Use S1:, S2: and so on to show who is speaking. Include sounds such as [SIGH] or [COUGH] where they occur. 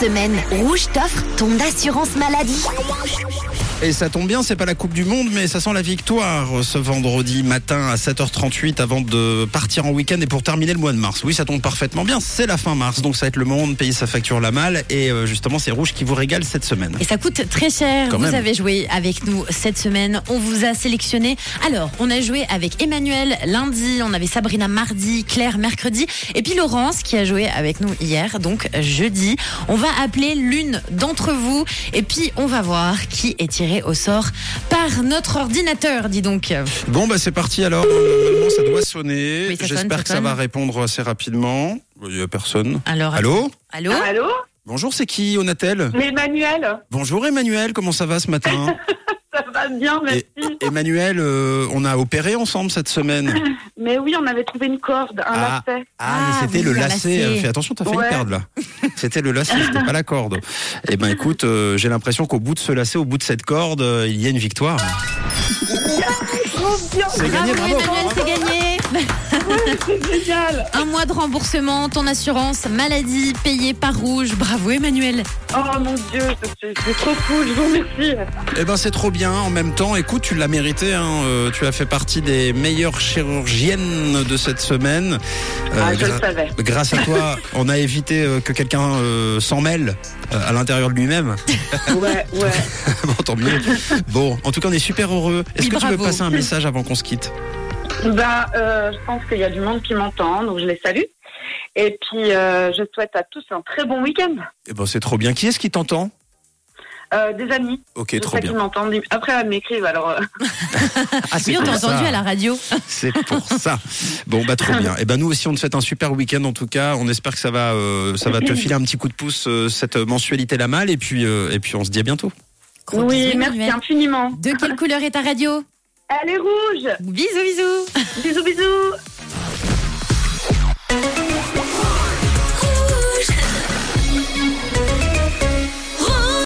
S1: semaine, Rouge t'offre ton assurance maladie.
S2: Et ça tombe bien, c'est pas la Coupe du Monde, mais ça sent la victoire ce vendredi matin à 7h38 avant de partir en week-end et pour terminer le mois de mars. Oui, ça tombe parfaitement bien, c'est la fin mars, donc ça va être le monde, payer sa facture la malle et euh, justement c'est Rouge qui vous régale cette semaine.
S3: Et ça coûte très cher.
S2: Quand
S3: vous
S2: même.
S3: avez joué avec nous cette semaine. On vous a sélectionné. Alors, on a joué avec Emmanuel lundi, on avait Sabrina mardi, Claire mercredi, et puis Laurence qui a joué avec nous hier, donc jeudi. On va appeler l'une d'entre vous, et puis on va voir qui est tiré au sort par notre ordinateur, dis donc.
S2: Bon bah c'est parti alors, normalement ça doit sonner,
S3: Oui, ça sonne,
S2: j'espère
S3: ça
S2: que ça
S3: sonne. Ah.
S2: va répondre assez rapidement. Bah, Il y a personne.
S3: Alors,
S2: Allô
S3: Allô
S2: Ah,
S4: Allô
S2: Bonjour, c'est qui au Natel
S4: Mais Emmanuel,
S2: Bonjour Emmanuel, comment ça va
S3: [LAUGHS]
S2: ce matin
S4: ça va bien, merci.
S2: Et- Emmanuel, euh, on a opéré ensemble cette semaine.
S4: Mais oui, on avait trouvé une corde, un
S2: Ah.
S4: lacet.
S2: Ah,
S3: Ah,
S2: mais c'était
S3: oui,
S2: le
S3: un
S2: lacet.
S3: lacet.
S2: Euh, Fais attention, t'as failli
S4: Ouais.
S2: perdre là. C'était le lacet, c'était pas la corde. Eh ben écoute, euh, j'ai l'impression qu'au bout de ce lacet, au bout de cette corde, euh, il y a une victoire.
S4: Trop Oh, bien,
S2: C'est gagné, bravo.
S3: Emmanuel, c'est gagné.
S4: c'est génial.
S3: Un mois de remboursement, ton assurance maladie payée par Rouge. Bravo Emmanuel.
S4: Oh mon Dieu, c'est c'est trop cool, je vous remercie.
S2: Eh ben c'est trop bien. En même temps, écoute, tu l'as mérité. Hein. Euh, tu as fait partie des meilleures chirurgiennes de cette semaine. Euh,
S4: ah, je
S2: gra-
S4: le savais.
S2: Grâce à toi, on a évité euh, que quelqu'un euh, s'en mêle euh, à l'intérieur de lui-même. [LAUGHS]
S4: Ouais, ouais.
S2: bon, tant mieux. Bon, en tout cas, on est super heureux. Est-ce
S3: Oui,
S2: que tu
S3: bravo.
S2: veux passer un message avant qu'on se quitte
S4: Bah, euh, je pense qu'il y a du monde qui m'entend, donc je les salue. Et puis, euh, je souhaite à tous un très bon week-end.
S2: Eh ben, c'est trop bien. Qui est-ce qui t'entend
S4: Euh, des amis,
S2: Ok,
S4: je
S2: trop
S4: sais qu'ils
S2: bien.
S4: m'entendent. Après, elles m'écrivent, alors... euh,
S2: Ah,
S3: Oui, on t'a entendu à la radio.
S2: [LAUGHS] C'est pour ça. Bon, bah, trop bien. Eh ben, nous aussi, on te souhaite un super week-end, en tout cas. On espère que ça va, euh, ça va te filer un petit coup de pouce, euh, cette mensualité la malle. Et puis, euh, et puis, on se dit à bientôt.
S3: Gros
S4: Oui,
S3: bisous,
S4: merci
S3: Emmanuel.
S4: infiniment.
S3: De quelle couleur est ta radio
S4: Elle est rouge
S3: Bisous, bisous.